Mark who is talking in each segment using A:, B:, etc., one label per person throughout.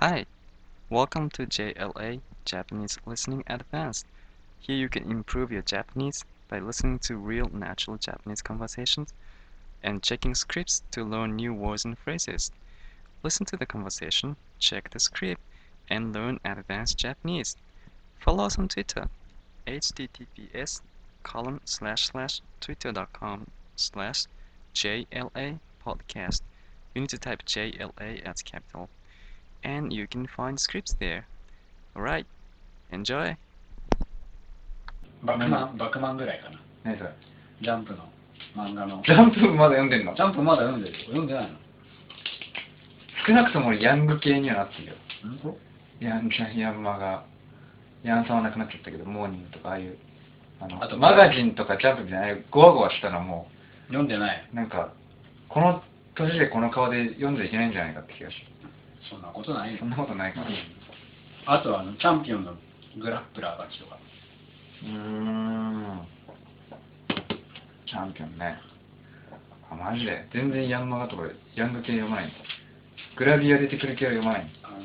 A: Hi, welcome to JLA Japanese Listening Advanced. Here you can improve your Japanese by listening to real natural Japanese conversations and checking scripts to learn new words and phrases. Listen to the conversation, check the script, and learn advanced Japanese. Follow us on Twitter, https colon slash slash twitter.com slash JLA podcast. You need to type JLA as capital and you can find scripts there. Alright, enjoy!
B: バクマン、バクマンぐらいかな。
C: 何それ
B: ジャンプの漫画の。
C: ジャンプまだ読んでんの
B: ジャンプまだ読んでる。読んでないの
C: 少なくとも俺ヤング系にはなってるよ。
B: 本
C: ヤン、ヤンマが、ヤンさんはなくなっちゃったけど、モーニングとかああいう、あの、
B: あと
C: マガジンとかジャンプみたいなああいう、ゴワゴワしたらも、
B: 当読んでないう
C: なんか、この年でこの顔で読んじゃいけないんじゃないかって気がし
B: そんなことない
C: て。
B: よ
C: そんなことないかな。
B: あとはあの、チャンピオンのグラップラーたちとか。
C: うーん。チャンピオンね。あ、マジで全然ヤンマガとか、ヤング系読まないんだ。グラビア出てくる系は読まないんだ。
B: あのね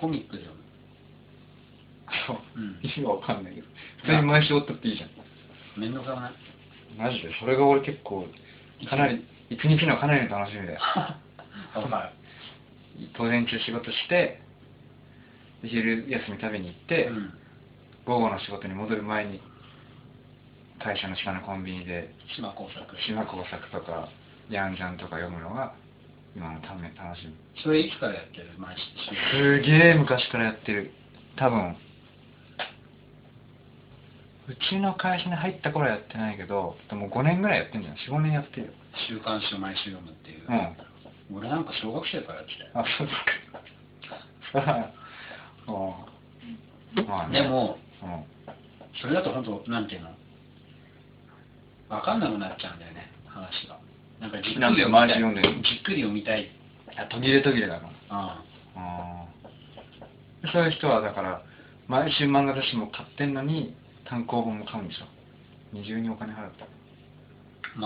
B: コミックで読む。
C: そう。
B: うん
C: 意味がわかんないけど。普通に毎週追ったっていいじゃん。
B: めんどくさ くない
C: マジでそれが俺結構かなり一日のかなりの楽しみだよ
B: わか
C: 午前中仕事して昼休み食べに行って、
B: る。うん。
C: 午後の仕事に戻る前に会社の下のコンビニで
B: 島工作。
C: 島工作とかヤンジャンとか読むのが今のため楽しみ
B: それいつからやってる毎週。
C: すげえ昔からやってる多分うちの会社に入った頃はやってないけどでも5年ぐらいやってんじゃん45年やってるよ
B: 週刊誌を毎週読むっていう。
C: うん
B: 俺なんか小学生からやってたよ。
C: あ、そうですか。 ああ。まあね。
B: で、も、
C: うん。
B: それだと本当なんていうのわかんなくなっちゃうんだよね話がなんかじっくり
C: なんだよ
B: 読みたい
C: 毎週読んでる
B: じっくり読みたい
C: あ途切れ途切れだから。
B: あ
C: ああ。そういう人は、だから、毎週漫画雑誌も買ってんのに、単行本も買うんでしょ。二重にお金払った。
B: あ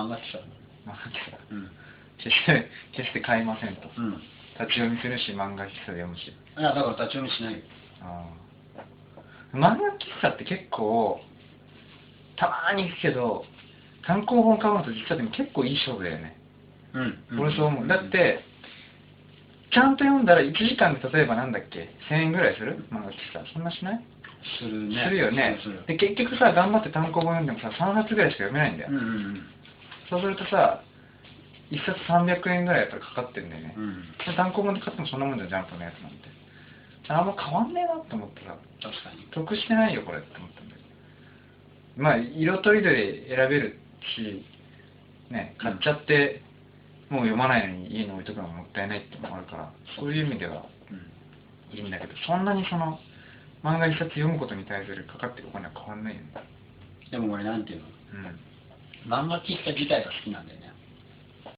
B: 漫画ってさ
C: 漫画喫茶
B: うん
C: 決して、決して買いませんと。
B: うん
C: 立ち読みするし、漫画喫茶で読むし。
B: いやだから立ち読みしないよ
C: ああ。漫画喫茶って結構、たまーに行くけど、単行本買うのと実はでも結構いい勝負だよね。
B: うん
C: 俺そう思う。だって、ちゃんと読んだら1時間で例えばなんだっけ、1000円ぐらいする漫画喫茶。そんなしない、
B: するね
C: するよね
B: するする
C: で、結局さ、頑張って単行本読んでもさ、3冊ぐらいしか読めないんだよ。
B: うんうん
C: そうするとさ、1冊300円ぐらいやっぱりかかってんだよね
B: う。んうん
C: で単行本で買ってもそんなもんじゃん、ジャンプのやつなんて。あんま変わんねえなって思ってさ、
B: 確かに
C: 得してないよ、これって思ったんだけど。まあ、色とりどり選べるし、ね、買っちゃって、もう読まないのに家に置いとくのがもったいないってのもあるから、そういう意味では
B: うん
C: いいんだけど、そんなにその、漫画一冊読むことに対するかかってるお金は変わんないよね。
B: でも俺なんていうの
C: うん。
B: 漫画喫茶自体が好きなんだよね